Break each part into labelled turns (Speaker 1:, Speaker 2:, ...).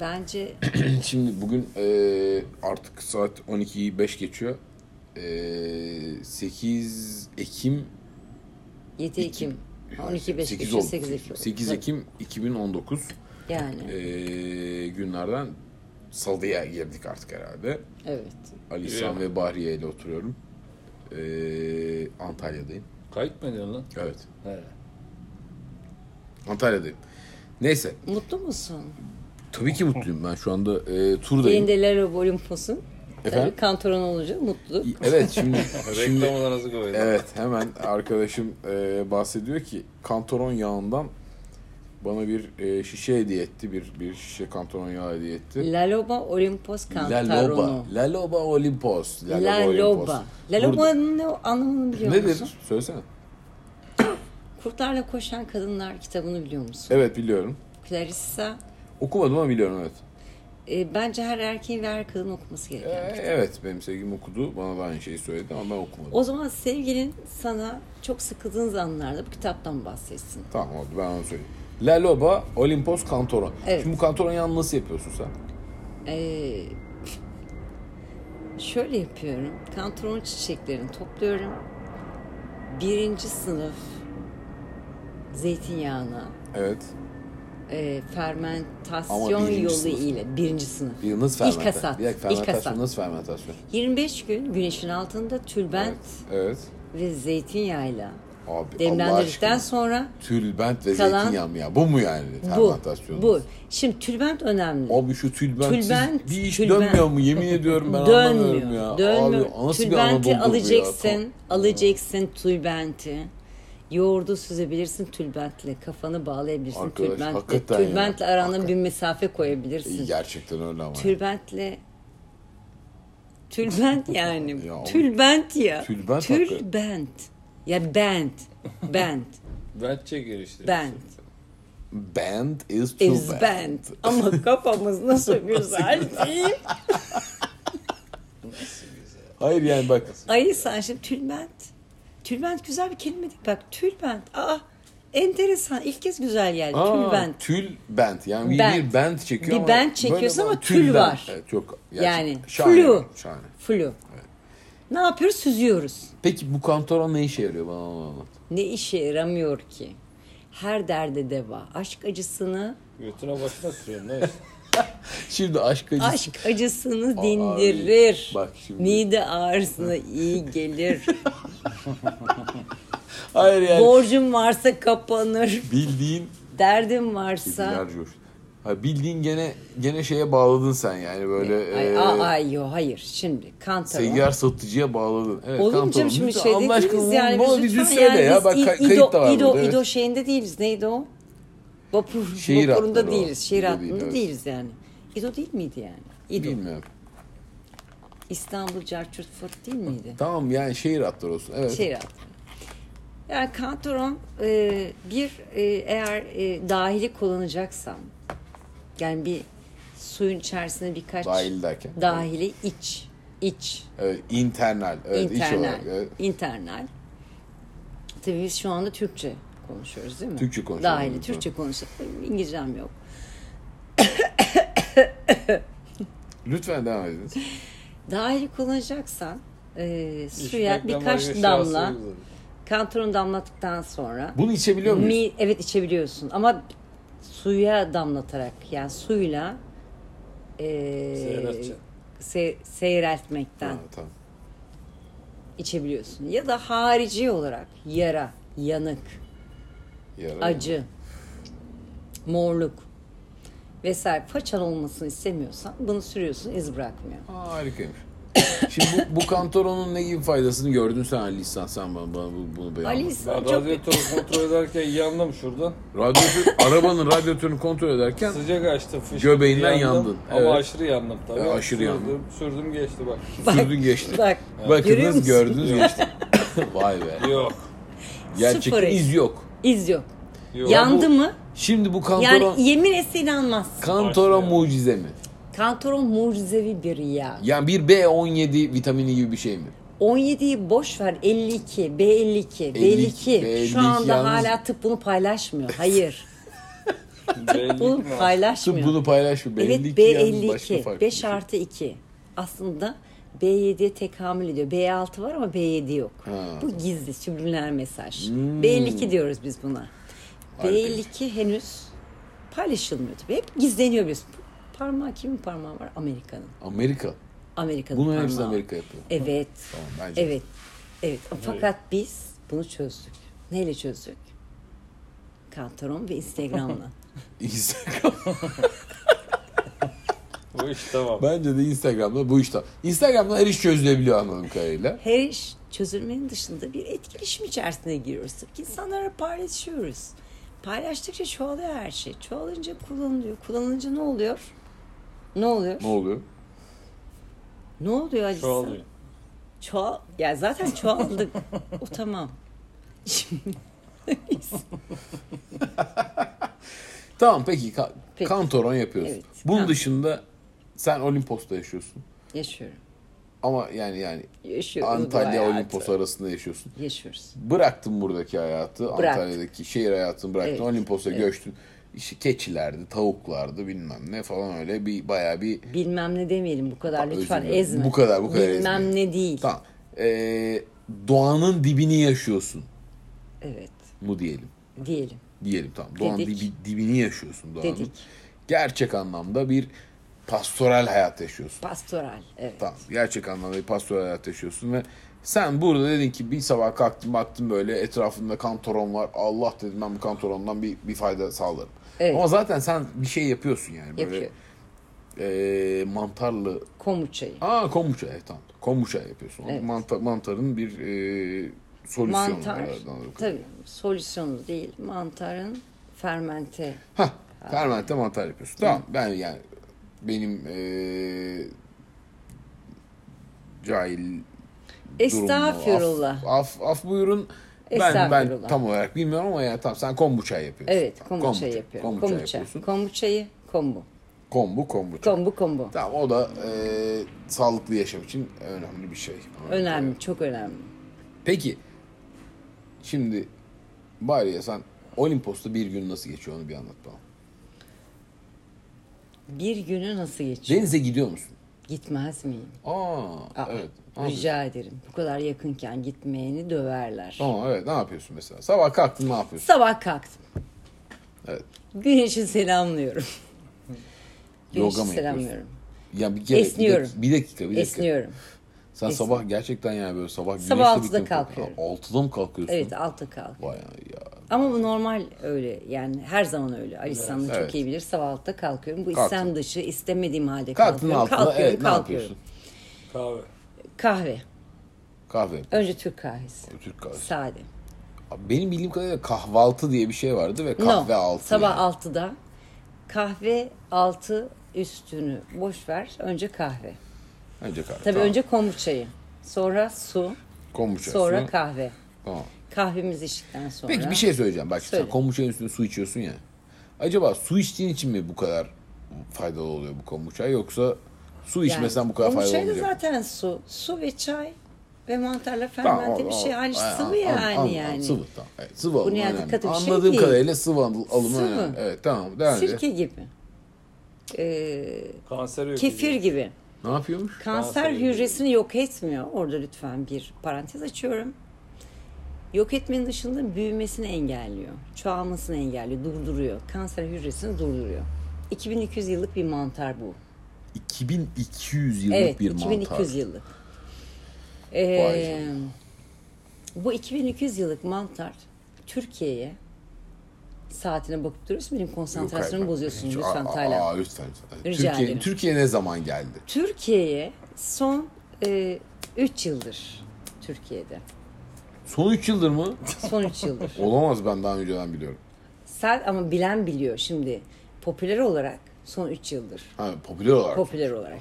Speaker 1: Bence
Speaker 2: Şimdi bugün eee, artık saat 12'yi 5 geçiyor. Eee 8 Ekim
Speaker 1: 7 Ekim, 12 5 8,
Speaker 2: oldu.
Speaker 1: 8 Ekim.
Speaker 2: 8 Ekim 2019
Speaker 1: Yani
Speaker 2: eee, e, günlerden salıya girdik artık herhalde.
Speaker 1: evet.
Speaker 2: Ali İhsan
Speaker 3: Yürü.
Speaker 2: ve Bahriye ile oturuyorum. Eee, Antalya'dayım.
Speaker 3: Kayıt mı ediyorsun lan?
Speaker 2: Evet.
Speaker 3: He.
Speaker 2: Antalya'dayım. Neyse.
Speaker 1: Mutlu musun?
Speaker 2: Tabii ki mutluyum. Ben şu anda eee, turdayım.
Speaker 1: Yendeler Olimpos'un
Speaker 2: Efendim?
Speaker 1: kantoron olunca mutlu.
Speaker 2: Evet şimdi şimdi
Speaker 3: Reklam olarak koydum.
Speaker 2: Evet hemen arkadaşım e, bahsediyor ki kantoron yağından bana bir e, şişe hediye etti. Bir, bir şişe kantoron yağı hediye etti.
Speaker 1: La Loba Olimpos
Speaker 2: La Loba.
Speaker 1: kantoronu.
Speaker 2: La Loba Olimpos. La
Speaker 1: La
Speaker 2: Loba. Olimpos.
Speaker 1: Loba. La
Speaker 2: Burada-
Speaker 1: Loba'nın ne anlamını biliyor musun?
Speaker 2: Nedir? Söylesene.
Speaker 1: Kurtlarla Koşan Kadınlar kitabını biliyor musun?
Speaker 2: Evet biliyorum.
Speaker 1: Clarissa
Speaker 2: Okumadım ama biliyorum evet.
Speaker 1: e, bence her erkeğin ve her kadının okuması
Speaker 2: E,
Speaker 1: gereken.
Speaker 2: evet benim sevgilim okudu. Bana da aynı şeyi söyledi ama ben okumadım.
Speaker 1: O zaman sevgilin sana çok sıkıldığınız anlarda bu kitaptan bahsetsin.
Speaker 2: Tamam oldu ben onu söyleyeyim. La Loba Olimpos kantoron.
Speaker 1: Evet.
Speaker 2: Şimdi bu kantoron yağını nasıl yapıyorsun sen?
Speaker 1: Ee, şöyle yapıyorum. Kantron çiçeklerini topluyorum. Birinci sınıf zeytinyağına
Speaker 2: Evet.
Speaker 1: e,
Speaker 2: Ama
Speaker 1: fermentasyon
Speaker 2: birinci
Speaker 1: yolu
Speaker 2: sınıf.
Speaker 1: ile birinci sınıf.
Speaker 2: Bir nasıl
Speaker 1: İlk
Speaker 2: fermentasyon?
Speaker 1: hasat.
Speaker 2: Bir dakika
Speaker 1: ilk
Speaker 2: fermentasyon
Speaker 1: hasat.
Speaker 2: nasıl fermentasyon?
Speaker 1: 25 gün güneşin altında tülbent
Speaker 2: Evet.
Speaker 1: ve zeytinyağıyla
Speaker 2: Abi Allah
Speaker 1: demlendirdikten
Speaker 2: aşkına.
Speaker 1: sonra
Speaker 2: Tülbent ve
Speaker 1: Kalan-
Speaker 2: zeytinyağı mı ya? Bu mu yani
Speaker 1: bu.
Speaker 2: fermentasyonumuz?
Speaker 1: Bu. Şimdi tülbent önemli.
Speaker 2: Abi şu tülbentsiz
Speaker 1: Tülbent,
Speaker 2: bir iş
Speaker 1: tülbent.
Speaker 2: dönmüyor mu? Yemin ediyorum ben anlamıyorum ya.
Speaker 1: Dönmüyor. Dönmüyor.
Speaker 2: Abi o nasıl bir Anadolu
Speaker 1: tülbenti
Speaker 2: bu
Speaker 1: alacaksın.
Speaker 2: Ya?
Speaker 1: Alacaksın tülbenti. Yoğurdu süzebilirsin tülbentle. Kafanı bağlayabilirsin
Speaker 2: Arkadaş,
Speaker 1: tülbentle.
Speaker 2: hakikaten ya.
Speaker 1: Tülbentle arana
Speaker 2: Hakikaten.
Speaker 1: bir mesafe
Speaker 2: Tam-
Speaker 1: koyabilirsin.
Speaker 2: İyi, gerçekten öyle ama.
Speaker 1: Tülbentle Tülbent yani.
Speaker 2: Ya oğlum.
Speaker 1: tülbent ya.
Speaker 2: Tülbent hakikaten.
Speaker 1: Tülbent. Ya bent. Bent.
Speaker 3: Ben çeker işte.
Speaker 1: Bent.
Speaker 2: Band is
Speaker 1: Is
Speaker 2: tülbent.
Speaker 1: bent. Ama kafamız nasıl güzel değil.
Speaker 2: Hayır yani bak.
Speaker 1: Ay sen şimdi tülbent. Tülbent güzel bir kelime değil. Bak tülbent. Aa enteresan. İlk kez güzel geldi.
Speaker 2: Aa,
Speaker 1: tülbent.
Speaker 2: tülbent. Yani bir,
Speaker 1: Bent.
Speaker 2: bir bent çekiyor
Speaker 1: Bir
Speaker 2: ama.
Speaker 1: bent
Speaker 2: böyle
Speaker 1: çekiyorsun
Speaker 2: bak,
Speaker 1: ama tül
Speaker 2: tülbent.
Speaker 1: var.
Speaker 2: Evet, çok.
Speaker 1: yani
Speaker 2: şahane,
Speaker 1: flu.
Speaker 2: Şahane.
Speaker 1: Flu. Ne yapıyoruz? Süzüyoruz.
Speaker 2: Peki bu kantoron ne işe yarıyor bana onu anlat.
Speaker 1: Ne işe yaramıyor ki? Her derde deva. Aşk acısını,
Speaker 3: Götüne başına sürüyorsun ne?
Speaker 2: Şimdi aşk acısı.
Speaker 1: aşk acısını dindirir.
Speaker 2: bak şimdi.
Speaker 1: Mide ağrısına iyi gelir.
Speaker 2: Hayır yani.
Speaker 1: Borcum varsa kapanır.
Speaker 2: Bildiğin
Speaker 1: Derdin varsa
Speaker 2: Bilgiler coştu. Ha, bildiğin gene gene şeye bağladın sen yani böyle
Speaker 1: Ay,
Speaker 2: e,
Speaker 1: ay, ay yo hayır şimdi kantaron.
Speaker 2: sevgiler satıcıya bağladın. Evet,
Speaker 1: Olur mu
Speaker 2: kantorum,
Speaker 1: canım şimdi
Speaker 2: lütfen
Speaker 1: şey
Speaker 2: Allah aşkına
Speaker 1: dediniz yani biz
Speaker 2: bunu bir düz
Speaker 1: lütfen
Speaker 2: söyle
Speaker 1: yani
Speaker 2: ya.
Speaker 1: biz
Speaker 2: Bak
Speaker 1: İ-
Speaker 2: kay-
Speaker 1: İdo,
Speaker 2: kayıt da var
Speaker 1: İdo,
Speaker 2: burada, evet.
Speaker 1: İdo şey şeyinde değiliz neydi o? Vapur,
Speaker 2: Şehir
Speaker 1: vapurunda
Speaker 2: hatları o.
Speaker 1: değiliz. Şehir
Speaker 2: İdo değil,
Speaker 1: hattında
Speaker 2: evet.
Speaker 1: değiliz yani. İdo değil miydi yani? İdo.
Speaker 2: Bilmiyorum.
Speaker 1: İstanbul Cerçurt Fırt değil miydi?
Speaker 2: Tamam yani şehir hatları olsun. Evet.
Speaker 1: Şehir hattı. Yani kantoron e, bir e, eğer e, dahili kullanacaksan yani bir suyun içerisine birkaç
Speaker 2: Dahil derken.
Speaker 1: dahili iç. iç.
Speaker 2: Evet, internal. Evet, iş
Speaker 1: İnternal.
Speaker 2: olarak. Evet.
Speaker 1: İnternal. Tabii biz şu anda Türkçe konuşuyoruz değil mi?
Speaker 2: Türkçe konuşuyoruz,
Speaker 1: Dahili
Speaker 2: evet.
Speaker 1: Türkçe konuşuyoruz. İngilizcem yok.
Speaker 2: Lütfen devam edin.
Speaker 1: Dahili kullanacaksan e, suya
Speaker 3: İçmekten
Speaker 1: birkaç
Speaker 3: başka
Speaker 1: damla
Speaker 3: şansı yok
Speaker 1: kantaron damlattıktan sonra
Speaker 2: Bunu içebiliyor muyuz?
Speaker 1: mi, evet içebiliyorsun ama suya damlatarak yani suyla e,
Speaker 3: Seyretçe.
Speaker 1: se- seyreltmekten
Speaker 2: Ha, tamam.
Speaker 1: içebiliyorsun. Ya da harici olarak yara, yanık,
Speaker 2: Yara-
Speaker 1: acı, morluk vesaire paçan olmasını istemiyorsan bunu sürüyorsun iz bırakmıyor.
Speaker 2: Aa, harikaymış. Şimdi bu, bu kantoronun ne gibi faydasını gördün sen Ali İhsan sen bana, bana bu- bunu beyan
Speaker 1: Ali
Speaker 2: et.
Speaker 1: İhsan
Speaker 3: Ben
Speaker 1: çok
Speaker 3: radyatörü kontrol ederken yandım şuradan.
Speaker 2: Radyatör, arabanın radyatörünü kontrol ederken
Speaker 3: Sıcak açtı fış.
Speaker 2: Göbeğinden
Speaker 3: yandım.
Speaker 2: yandın,
Speaker 3: Ama
Speaker 2: evet.
Speaker 3: aşırı yandım tabii.
Speaker 2: Ya, aşırı
Speaker 3: sürdüm,
Speaker 2: yandın.
Speaker 3: Sürdüm geçti bak.
Speaker 2: sürdün geçti.
Speaker 1: bak görüyor
Speaker 2: Bakınız
Speaker 1: musun?
Speaker 2: gördünüz geçti. Vay be.
Speaker 3: Yok.
Speaker 2: Gerçekten
Speaker 1: Sıfır.
Speaker 2: iz yok.
Speaker 1: iz yok.
Speaker 3: Yok.
Speaker 1: Yandı mı?
Speaker 2: Şimdi bu kantoron,
Speaker 1: Yani yemin etse inanmazsın.
Speaker 2: kantoron
Speaker 3: Başlıyor.
Speaker 2: mucize mi?
Speaker 1: Kantoron mucizevi bir yağ.
Speaker 2: Yani bir B17 vitamini gibi bir şey mi?
Speaker 1: 17'yi boş ver 52, B52, B52.
Speaker 2: 52,
Speaker 1: Şu anda
Speaker 2: yalnız-
Speaker 1: hala tıp bunu paylaşmıyor. Hayır.
Speaker 3: Belli
Speaker 1: Bunu
Speaker 3: ki ne var?
Speaker 1: paylaşmıyor.
Speaker 2: Sırf bunu paylaş bir
Speaker 1: evet
Speaker 2: 52 yalnız başka
Speaker 1: B52.
Speaker 2: farklı. şey.
Speaker 1: 5 artı 2. Aslında B7'ye tekamül ediyor. B6 var ama B7 yok.
Speaker 2: Ha.
Speaker 1: Bu gizli, sübliminal mesaj.
Speaker 2: Hmm.
Speaker 1: B52 diyoruz biz buna.
Speaker 2: Harikaymış.
Speaker 1: B52 henüz paylaşılmıyor tabii. Hep gizleniyor biliyorsun. Bu Parmağı kimin parmağı var? Amerika'nın.
Speaker 2: Amerika.
Speaker 1: Amerika'nın
Speaker 2: Bunu hepsi
Speaker 1: parmağı.
Speaker 2: Amerika yapıyor.
Speaker 1: Evet.
Speaker 2: Tamam bence.
Speaker 1: Evet. Evet. Fakat biz bunu çözdük. Neyle çözdük? Kantaron ve Instagram'la.
Speaker 2: Instagram.
Speaker 3: Bu iş tamam.
Speaker 2: bence de Instagram'da bu işte. Instagram'da her iş çözülebiliyor anladığım kadarıyla.
Speaker 1: Her iş çözülmenin dışında bir etkileşim içerisine giriyoruz. Tabii ki insanlara paylaşıyoruz. Paylaştıkça çoğalıyor her şey. Çoğalınca kullanılıyor. Kullanılınca ne oluyor? Ne oluyor?
Speaker 2: Ne oluyor?
Speaker 1: Ne oluyor Alice?
Speaker 3: Çoğalıyor.
Speaker 1: Çoğal... Ya zaten çoğaldı. o tamam. Şimdi
Speaker 2: Tamam peki, ka-
Speaker 1: Peki.
Speaker 2: kantoron yapıyorsun.
Speaker 1: Evet,
Speaker 2: Bunun
Speaker 1: kan-
Speaker 2: dışında sen Olimpos'ta yaşıyorsun.
Speaker 1: yaşıyorum.
Speaker 2: Ama yani yani
Speaker 1: Yaşıyoruz bu
Speaker 2: Antalya
Speaker 1: hayatı.
Speaker 2: Olimpos arasında yaşıyorsun.
Speaker 1: Yaşıyoruz.
Speaker 2: Bıraktın buradaki hayatı,
Speaker 1: Bıraktım.
Speaker 2: Antalya'daki şehir hayatını bıraktın,
Speaker 1: Evet,
Speaker 2: Olimpos'a
Speaker 1: evet.
Speaker 2: göçtün. İşte keçilerdi, tavuklardı bilmem ne falan öyle bir bayağı bir
Speaker 1: Bilmem ne demeyelim bu kadar
Speaker 2: Aa,
Speaker 1: lütfen
Speaker 2: özür dilerim.
Speaker 1: ezme.
Speaker 2: Bu kadar, bu kadar
Speaker 1: Bilmem
Speaker 2: ezme.
Speaker 1: ne değil.
Speaker 2: tamam. Ee, doğanın dibini yaşıyorsun
Speaker 1: Evet
Speaker 2: mu diyelim.
Speaker 1: diyelim.
Speaker 2: Diyelim tamam. Doğanın
Speaker 1: Dedik.
Speaker 2: dibi- dibini yaşıyorsun doğanın.
Speaker 1: Dedik.
Speaker 2: Gerçek anlamda bir pastoral hayat yaşıyorsun.
Speaker 1: Pastoral. Evet.
Speaker 2: Tamam. Gerçek anlamda bir pastoral hayat yaşıyorsun ve sen burada dedin ki bir sabah kalktım baktım böyle etrafında kantoron var. Allah dedim ben bu kantorondan bir, bir fayda sağlarım.
Speaker 1: Evet.
Speaker 2: Ama zaten sen bir şey yapıyorsun yani. Böyle,
Speaker 1: Yapıyor.
Speaker 2: eee, mantarlı
Speaker 1: Komu çayı.
Speaker 2: Aa kombuça evet tamam. Kombuça yapıyorsun.
Speaker 1: Evet.
Speaker 2: Manta- mantarın bir e, solüsyonu.
Speaker 1: Mantar.
Speaker 2: herhalde anladığım kadarıyla.
Speaker 1: Tabii solüsyonu değil. Mantarın fermente.
Speaker 2: Hah, fermente mantar yapıyorsun. Tamam ben yani benim e, cahil durumum,
Speaker 1: Estağfirullah.
Speaker 2: Af, af, af buyurun. Ben, ben
Speaker 1: Estağfirullah.
Speaker 2: tam olarak bilmiyorum ama yani tamam sen kombuça yapıyorsun.
Speaker 1: Evet
Speaker 2: Tamam,
Speaker 1: komu çayı yapıyorum.
Speaker 2: Kombuça,
Speaker 1: Komu çayı.
Speaker 2: yapıyorsun.
Speaker 1: Komu çayı kombu.
Speaker 2: Kombu kombuça.
Speaker 1: Kombu kombu.
Speaker 2: Tamam o da e, sağlıklı yaşam için önemli bir şey.
Speaker 1: Önemli çok önemli.
Speaker 2: Peki şimdi bari ya sen Olimpos'ta bir gün nasıl geçiyor onu bir anlat bana.
Speaker 1: Bir günü nasıl geçiyor?
Speaker 2: Denize gidiyor musun?
Speaker 1: Gitmez miyim?
Speaker 2: Aa,
Speaker 1: Aa,
Speaker 2: evet. Ne yapıyorsun?
Speaker 1: Rica ederim. Bu kadar yakınken gitmeyeni döverler.
Speaker 2: Tamam evet ne yapıyorsun mesela? Sabah kalktın ne yapıyorsun?
Speaker 1: Sabah kalktım.
Speaker 2: Evet.
Speaker 1: Güneşi selamlıyorum. Güneşi
Speaker 2: Yoga mı
Speaker 1: selamlıyorum.
Speaker 2: Ya bir kere
Speaker 1: Esniyorum.
Speaker 2: Bir dakika bir dakika. Bir dakika.
Speaker 1: Esniyorum.
Speaker 2: Sen sabah gerçekten yani böyle sabah güneşte
Speaker 1: Sabah altıda
Speaker 2: bittin mi?
Speaker 1: kalkıyorum.
Speaker 2: Ha, Altıda mı kalkıyorsun?
Speaker 1: Evet altta kalk.
Speaker 2: Vay ya.
Speaker 1: Ama bu normal öyle yani her zaman öyle. Ali İhsan da çok
Speaker 2: Evet.
Speaker 1: iyi bilir. Sabah altta kalkıyorum. Bu
Speaker 2: Kalktın.
Speaker 1: istem dışı istemediğim halde
Speaker 2: Kalktın
Speaker 1: kalkıyorum.
Speaker 2: altına
Speaker 1: kalkıyorum,
Speaker 2: evet ne
Speaker 1: kalkıyorum.
Speaker 2: yapıyorsun?
Speaker 3: Kahve.
Speaker 1: Kahve.
Speaker 2: Kahve.
Speaker 1: Önce Türk kahvesi.
Speaker 2: Türk kahvesi.
Speaker 1: Sade.
Speaker 2: Abi Benim bildiğim kadarıyla kahvaltı diye bir şey vardı ve
Speaker 1: No.
Speaker 2: kahve altı.
Speaker 1: Sabah
Speaker 2: yani.
Speaker 1: 6'da kahve altı üstünü boş ver. Önce kahve.
Speaker 2: Önce kahve.
Speaker 1: Tabii
Speaker 2: tamam.
Speaker 1: önce kombuçayı. Sonra su.
Speaker 2: Kombuça,
Speaker 1: sonra
Speaker 2: su.
Speaker 1: kahve.
Speaker 2: Tamam.
Speaker 1: Kahvemizi içtikten sonra.
Speaker 2: Peki bir şey söyleyeceğim. Bak şimdi sen
Speaker 1: Söyle.
Speaker 2: kombuçanın üstüne su içiyorsun ya. Acaba su içtiğin için mi bu kadar faydalı oluyor bu kombuça yoksa su içmesen bu kadar faydalı
Speaker 1: kombuçayla
Speaker 2: olmayacak? mı?
Speaker 1: zaten su. Su ve çay ve mantarla
Speaker 2: Tamam,
Speaker 1: fermente
Speaker 2: o-
Speaker 1: bir
Speaker 2: o-
Speaker 1: şey. Aynı
Speaker 2: an-
Speaker 1: sıvı
Speaker 2: an-
Speaker 1: yani
Speaker 2: an- an-
Speaker 1: yani.
Speaker 2: Sıvı tamam. Evet, sıvı alımı
Speaker 1: nihayet
Speaker 2: önemli.
Speaker 1: katı bir şey
Speaker 2: Anladığım
Speaker 1: değil.
Speaker 2: kadarıyla sıvı al- alımı
Speaker 1: Sıvı.
Speaker 2: önemli. Evet tamam. Devam edelim.
Speaker 1: Sirke gibi. Ee,
Speaker 3: Kanseri yok.
Speaker 1: kefir gibi.
Speaker 2: Ne yapıyormuş?
Speaker 1: Kanser
Speaker 3: Kanser gibi.
Speaker 1: hücresini yok etmiyor. Orada lütfen bir parantez açıyorum. Yok etmenin dışında büyümesini engelliyor. Çoğalmasını engelliyor, durduruyor. Kanser hücresini durduruyor. 2200 yıllık bir mantar bu.
Speaker 2: 2200 yıllık
Speaker 1: Evet,
Speaker 2: bir
Speaker 1: 2200
Speaker 2: mantar.
Speaker 1: yıllık.
Speaker 2: Vay
Speaker 1: Ee,
Speaker 2: canına.
Speaker 1: bu 2200 yıllık mantar Türkiye'ye saatine bakıp duruyorsun. Benim
Speaker 2: Yok, hayır,
Speaker 1: konsantrasyonumu
Speaker 2: bak,
Speaker 1: bozuyorsun
Speaker 2: hiç-
Speaker 1: lütfen
Speaker 2: aa, aa,
Speaker 1: Taylan.
Speaker 2: aa, lütfen. lütfen.
Speaker 1: Rica
Speaker 2: Türkiye,
Speaker 1: ederim.
Speaker 2: Türkiye ne zaman geldi?
Speaker 1: Türkiye'ye son 3 yıldır Türkiye'de.
Speaker 2: Son 3 yıldır mı?
Speaker 1: Son 3 yıldır.
Speaker 2: Olamaz ben daha önceden biliyorum.
Speaker 1: Sen ama bilen biliyor şimdi. Popüler olarak son 3 yıldır.
Speaker 2: Ha, popüler olarak.
Speaker 1: Popüler olarak.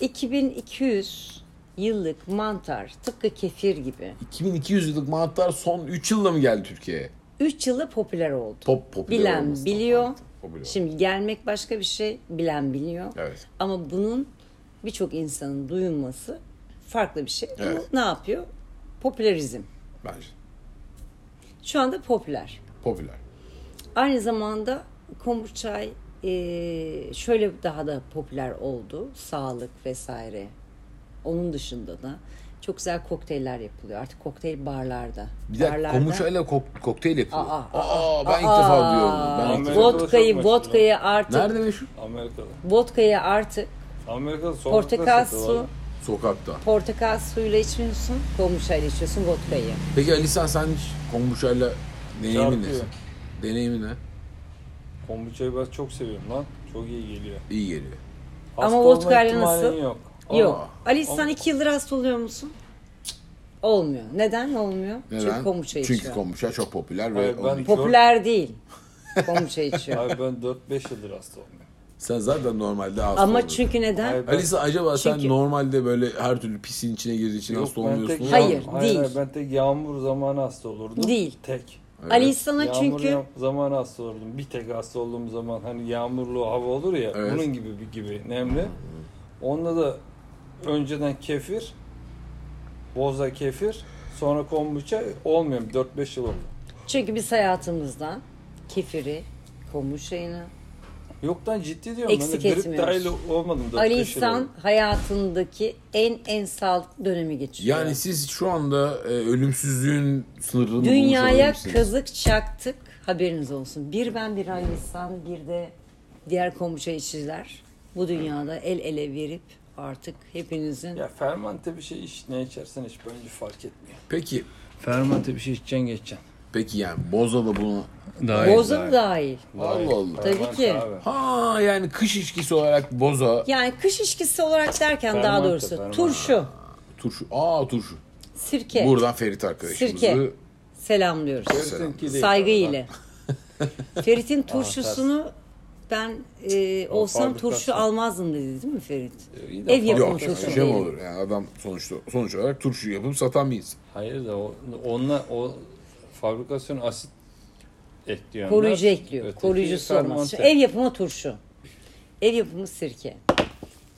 Speaker 1: 2200 yıllık mantar tıpkı kefir gibi
Speaker 2: 2200 yıllık mantar son 3 yılda mı geldi Türkiye'ye?
Speaker 1: 3 yılda popüler oldu.
Speaker 2: Top popüler
Speaker 1: bilen
Speaker 2: olması
Speaker 1: biliyor.
Speaker 2: lazım. Popüler.
Speaker 1: Şimdi gelmek başka bir şey, bilen biliyor.
Speaker 2: Evet.
Speaker 1: Ama bunun birçok insanın duyulması farklı bir şey. Bunu
Speaker 2: Evet.
Speaker 1: ne yapıyor? Popülerizm.
Speaker 2: Bence.
Speaker 1: Şu anda popüler.
Speaker 2: Popüler.
Speaker 1: Aynı zamanda kombu çay e, şöyle daha da popüler oldu. Sağlık vesaire. Onun dışında da çok güzel kokteyller yapılıyor. Artık kokteyl barlarda.
Speaker 2: Bir dakika
Speaker 1: Barlarda-
Speaker 2: kombuçayla kok- kokteyl yapıyor.
Speaker 1: Aa,
Speaker 2: Aa,
Speaker 1: aa,
Speaker 2: ben ilk
Speaker 1: Aa,
Speaker 2: defa duyuyorum. Ben ilk
Speaker 3: Amen.
Speaker 2: defa.
Speaker 3: Amerika'da çok
Speaker 1: Vodkayı,
Speaker 3: meşhur.
Speaker 1: vodkayı artık,
Speaker 2: Nerede meşhur?
Speaker 3: Amerika'da.
Speaker 1: vodkayı artık
Speaker 3: Amerika'da sokakta
Speaker 1: portakal
Speaker 3: satıyorlar.
Speaker 1: su,
Speaker 2: Sokakta.
Speaker 1: portakal suyuyla içmiyorsun, kombuçayla içiyorsun vodkayı.
Speaker 2: Peki Ali sen sen hiç kombuçayla deneyimi ne?
Speaker 3: Çarpıyor.
Speaker 2: Deneyimi ne?
Speaker 3: Kombuçayı ben çok seviyorum lan. Çok iyi geliyor.
Speaker 2: İyi geliyor.
Speaker 1: Ama
Speaker 3: Hasta
Speaker 1: vodka
Speaker 3: olma
Speaker 1: ile
Speaker 3: ihtimalin
Speaker 1: nasıl?
Speaker 3: Yok.
Speaker 1: Yok. Ali sen
Speaker 3: Ama-
Speaker 1: iki yıldır hasta oluyor musun? Olmuyor. Neden olmuyor? Çünkü
Speaker 2: Neden?
Speaker 1: kombuça içiyor.
Speaker 2: Çünkü kombuça çok popüler ve
Speaker 3: Hayır, ben-
Speaker 2: onun-
Speaker 1: Popüler değil. şey Kombuça içiyor.
Speaker 3: Abi ben 4-5 yıldır hasta olmuyorum.
Speaker 2: sen zaten normalde hasta
Speaker 1: Ama
Speaker 2: olurdun.
Speaker 1: çünkü neden?
Speaker 3: Hayır, ben-
Speaker 2: Ali sen acaba sen
Speaker 1: Çünkü-
Speaker 2: normalde böyle her türlü pisin içine girdiği için hasta olmuyorsun.
Speaker 1: tek-
Speaker 2: ama-
Speaker 1: Hayır, değil.
Speaker 3: ben tek yağmur zamanı hasta olurdum.
Speaker 1: Değil.
Speaker 3: Tek.
Speaker 2: Evet.
Speaker 1: Ali sana
Speaker 3: Yağmur
Speaker 1: çünkü
Speaker 3: yağ- zamanı hasta olurdum. Bir tek hasta olduğum zaman hani yağmurlu hava olur ya.
Speaker 2: Evet.
Speaker 3: Bunun gibi bir gibi nemli. Onda da önceden kefir, boza kefir, sonra kombuça olmuyor. 4-5 yıl oldu.
Speaker 1: çünkü biz hayatımızdan kefiri, kombuçayını
Speaker 3: Yok lan ciddi diyorum.
Speaker 1: Eksik
Speaker 3: ben de grip
Speaker 1: etmiyoruz.
Speaker 3: dahil olmadım. 4-5
Speaker 1: Ali
Speaker 3: yıl
Speaker 1: İhsan
Speaker 3: oldu.
Speaker 1: hayatındaki en en sağlıklı dönemi geçiriyor.
Speaker 2: Yani siz şu anda e, ölümsüzlüğün sınırını bulmuş
Speaker 1: Dünyaya
Speaker 2: olabilirsiniz.
Speaker 1: kazık çaktık. Haberiniz olsun. Bir ben bir Ali İhsan bir de diğer komşu işçiler bu dünyada el ele verip artık hepinizin
Speaker 3: Ya fermante bir şey iç ne içersen iç bence fark etmiyor.
Speaker 2: Peki
Speaker 3: Fermante bir şey içeceksin geçeceksin.
Speaker 2: peki yani boza da bunu
Speaker 1: boza da dahil.
Speaker 2: Allah Allah.
Speaker 1: Tabii ki.
Speaker 2: Ha yani kış içkisi olarak boza,
Speaker 1: Yani kış işkisi olarak derken daha
Speaker 3: Fermante,
Speaker 1: doğrusu
Speaker 3: fermante.
Speaker 1: turşu,
Speaker 2: turşu. Aa turşu.
Speaker 1: sirke
Speaker 2: Buradan Ferit arkadaşımızı
Speaker 1: Sirke. selamlıyoruz. Saygı ile. Ferit'in turşusunu ben e, olsam
Speaker 3: fabrikasyon.
Speaker 1: turşu almazdım dedi değil mi Ferit?
Speaker 3: iyi de
Speaker 1: Ev yapımı
Speaker 2: Yok
Speaker 3: fabrikasyon.
Speaker 1: turşu
Speaker 2: şey mi
Speaker 1: değil.
Speaker 2: olur? Yani adam sonuçta sonuç olarak turşu yapıp satan bir insan.
Speaker 3: Hayır da o, onunla o fabrikasyon asit ekliyor.
Speaker 1: Koruyucu ekliyor. Koruyucusu olmaz. Şu Ev yapımı turşu. Ev yapımı sirke.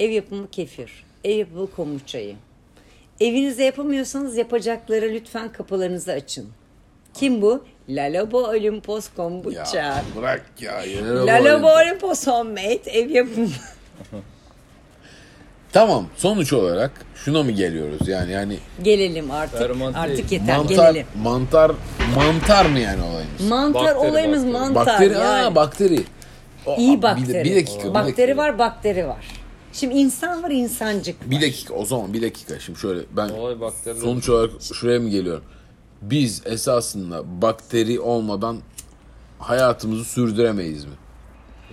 Speaker 1: Ev yapımı kefir. Ev yapımı komut çayı. Evinizde yapamıyorsanız yapacaklara lütfen kapılarınızı açın. Kim bu? Lalabo Olimpos
Speaker 2: Ya
Speaker 1: kombuça.
Speaker 2: bırak ya. yine
Speaker 1: Lalabo
Speaker 2: böyle.
Speaker 1: Olimpos homemade ev yapımı.
Speaker 2: Tamam sonuç olarak şuna mı geliyoruz yani yani
Speaker 1: Gelelim artık.
Speaker 3: Fermante.
Speaker 1: artık yeter
Speaker 2: mantar
Speaker 1: gelelim.
Speaker 2: mantar mantar mı yani olayımız?
Speaker 1: Mantar
Speaker 3: Bakteri,
Speaker 1: olayımız
Speaker 3: bakteri.
Speaker 1: mantar.
Speaker 2: Bakteri
Speaker 1: yani.
Speaker 2: aa bakteri. O,
Speaker 1: İyi
Speaker 2: bir-
Speaker 1: bakteri.
Speaker 2: Bir, dakika. bir
Speaker 1: bakteri
Speaker 2: dakika.
Speaker 1: var bakteri var. Şimdi insan var insancık. var.
Speaker 2: Bir dakika o zaman bir dakika şimdi şöyle ben
Speaker 3: Olay bakteri.
Speaker 2: sonuç olarak şuraya mı geliyorum? Biz esasında bakteri olmadan hayatımızı sürdüremeyiz mi?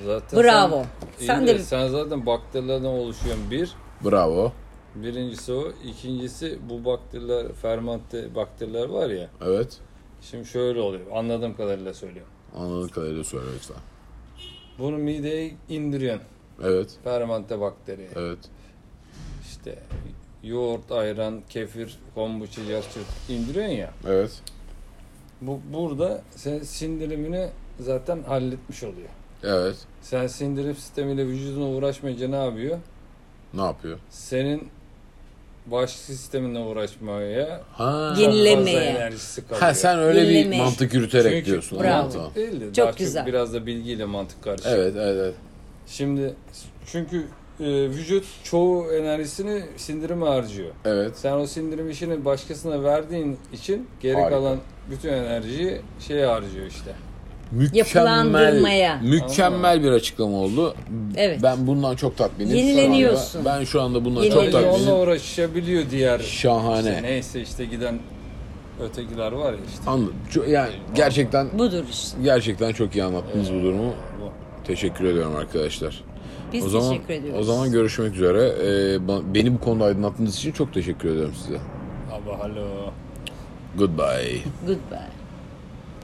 Speaker 3: Zaten
Speaker 1: Bravo.
Speaker 3: Sen,
Speaker 1: Sen de
Speaker 3: İyi de
Speaker 1: bir-
Speaker 3: sen zaten bakterilerden oluşuyorsun bir.
Speaker 2: Bravo.
Speaker 3: Birincisi o. İkincisi bu bakteriler, fermante bakteriler var ya.
Speaker 2: Evet.
Speaker 3: Şimdi şöyle oluyor. Anladığım kadarıyla söylüyorum.
Speaker 2: Anladığım kadarıyla söyle lütfen.
Speaker 3: Bunu mideye indiriyorsun.
Speaker 2: Evet.
Speaker 3: Fermante bakteri.
Speaker 2: Evet.
Speaker 3: İşte yoğurt, ayran, kefir, kombuça, yarçı indiriyorsun ya.
Speaker 2: Evet.
Speaker 3: Bu burada sen sindirimini zaten halletmiş oluyor.
Speaker 2: Evet.
Speaker 3: Sen sindirim sistemiyle vücuduna uğraşmayınca ne yapıyor?
Speaker 2: Ne yapıyor?
Speaker 3: Senin bağışıklık sisteminle uğraşmaya
Speaker 2: Ha.
Speaker 3: daha fazla
Speaker 1: Yenilemeye.
Speaker 3: enerjisi kalıyor.
Speaker 2: Ha sen öyle bir
Speaker 1: Yenileme.
Speaker 2: mantık yürüterek
Speaker 3: Çünkü-
Speaker 2: diyorsun.
Speaker 1: Bravo.
Speaker 2: Anladım, tamam.
Speaker 3: Değil de
Speaker 1: Çok
Speaker 3: daha
Speaker 1: güzel.
Speaker 3: biraz da bilgiyle mantık karşı.
Speaker 2: Evet, evet, evet.
Speaker 3: Şimdi çünkü e, vücut çoğu enerjisini sindirime harcıyor.
Speaker 2: Evet.
Speaker 3: Sen o sindirim işini başkasına verdiğin için geri
Speaker 2: Harika.
Speaker 3: kalan bütün enerjiyi şeye harcıyor işte.
Speaker 1: Yapılandırmaya.
Speaker 2: Mükemmel, mükemmel bir açıklama oldu.
Speaker 1: Evet.
Speaker 2: Ben bundan çok tatminim.
Speaker 1: Yenileniyorsun.
Speaker 2: Şu anda- Ben şu anda bundan çok
Speaker 3: Sadece
Speaker 1: Yenileniyorsun.
Speaker 2: tatminim.
Speaker 3: onunla uğraşabiliyor diğer.
Speaker 2: Şahane.
Speaker 3: İşte neyse işte giden ötekiler var ya işte.
Speaker 2: Anladım. Ço- Yani gerçekten
Speaker 1: Budur işte.
Speaker 2: gerçekten çok iyi anlattınız bu durumu.
Speaker 3: Bu.
Speaker 2: Teşekkür ediyorum arkadaşlar.
Speaker 1: Biz
Speaker 2: o zaman
Speaker 1: teşekkür ediyoruz.
Speaker 2: o zaman görüşmek üzere. Ee, ba- beni bu konuda aydınlattığınız için çok teşekkür ediyorum size.
Speaker 3: Aber hallo.
Speaker 2: Goodbye.
Speaker 1: Goodbye.